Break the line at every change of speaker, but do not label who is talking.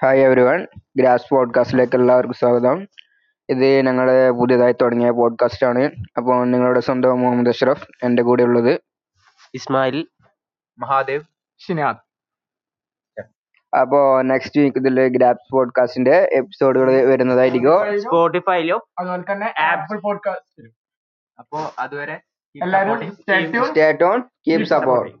hi everyone grass പോഡ്കാസ്റ്റിലേക്ക് എല്ലാവർക്കും സ്വാഗതം ഇത് ഞങ്ങൾ പുതിയതായി തുടങ്ങിയ പോഡ്കാസ്റ്റാണ് അപ്പോൾ നിങ്ങളുടെ സ്വന്തം മുഹമ്മദ് അഷ്റഫ് എൻ്റെ കൂടെ ഉള്ളത്
ഇസ്മായിൽ
മഹാദേവ് ഷിനാദ്
അപ്പോൾ നെക്സ്റ്റ് വീക്ക് ഇതിൽ ഗ്രാസ് പോഡ്കാസ്റ്റിൻ്റെ എപ്പിസോഡുകൾ വരുന്നതായിരിക്കും
സ്പോട്ടിഫൈയിലോ
അതുപോലെ തന്നെ ആപ്പിൾ പോഡ്കാസ്റ്റ് അപ്പോ അതുവരെ
സ്റ്റേ ടോൺ കീപ് സപ്പോർട്ട്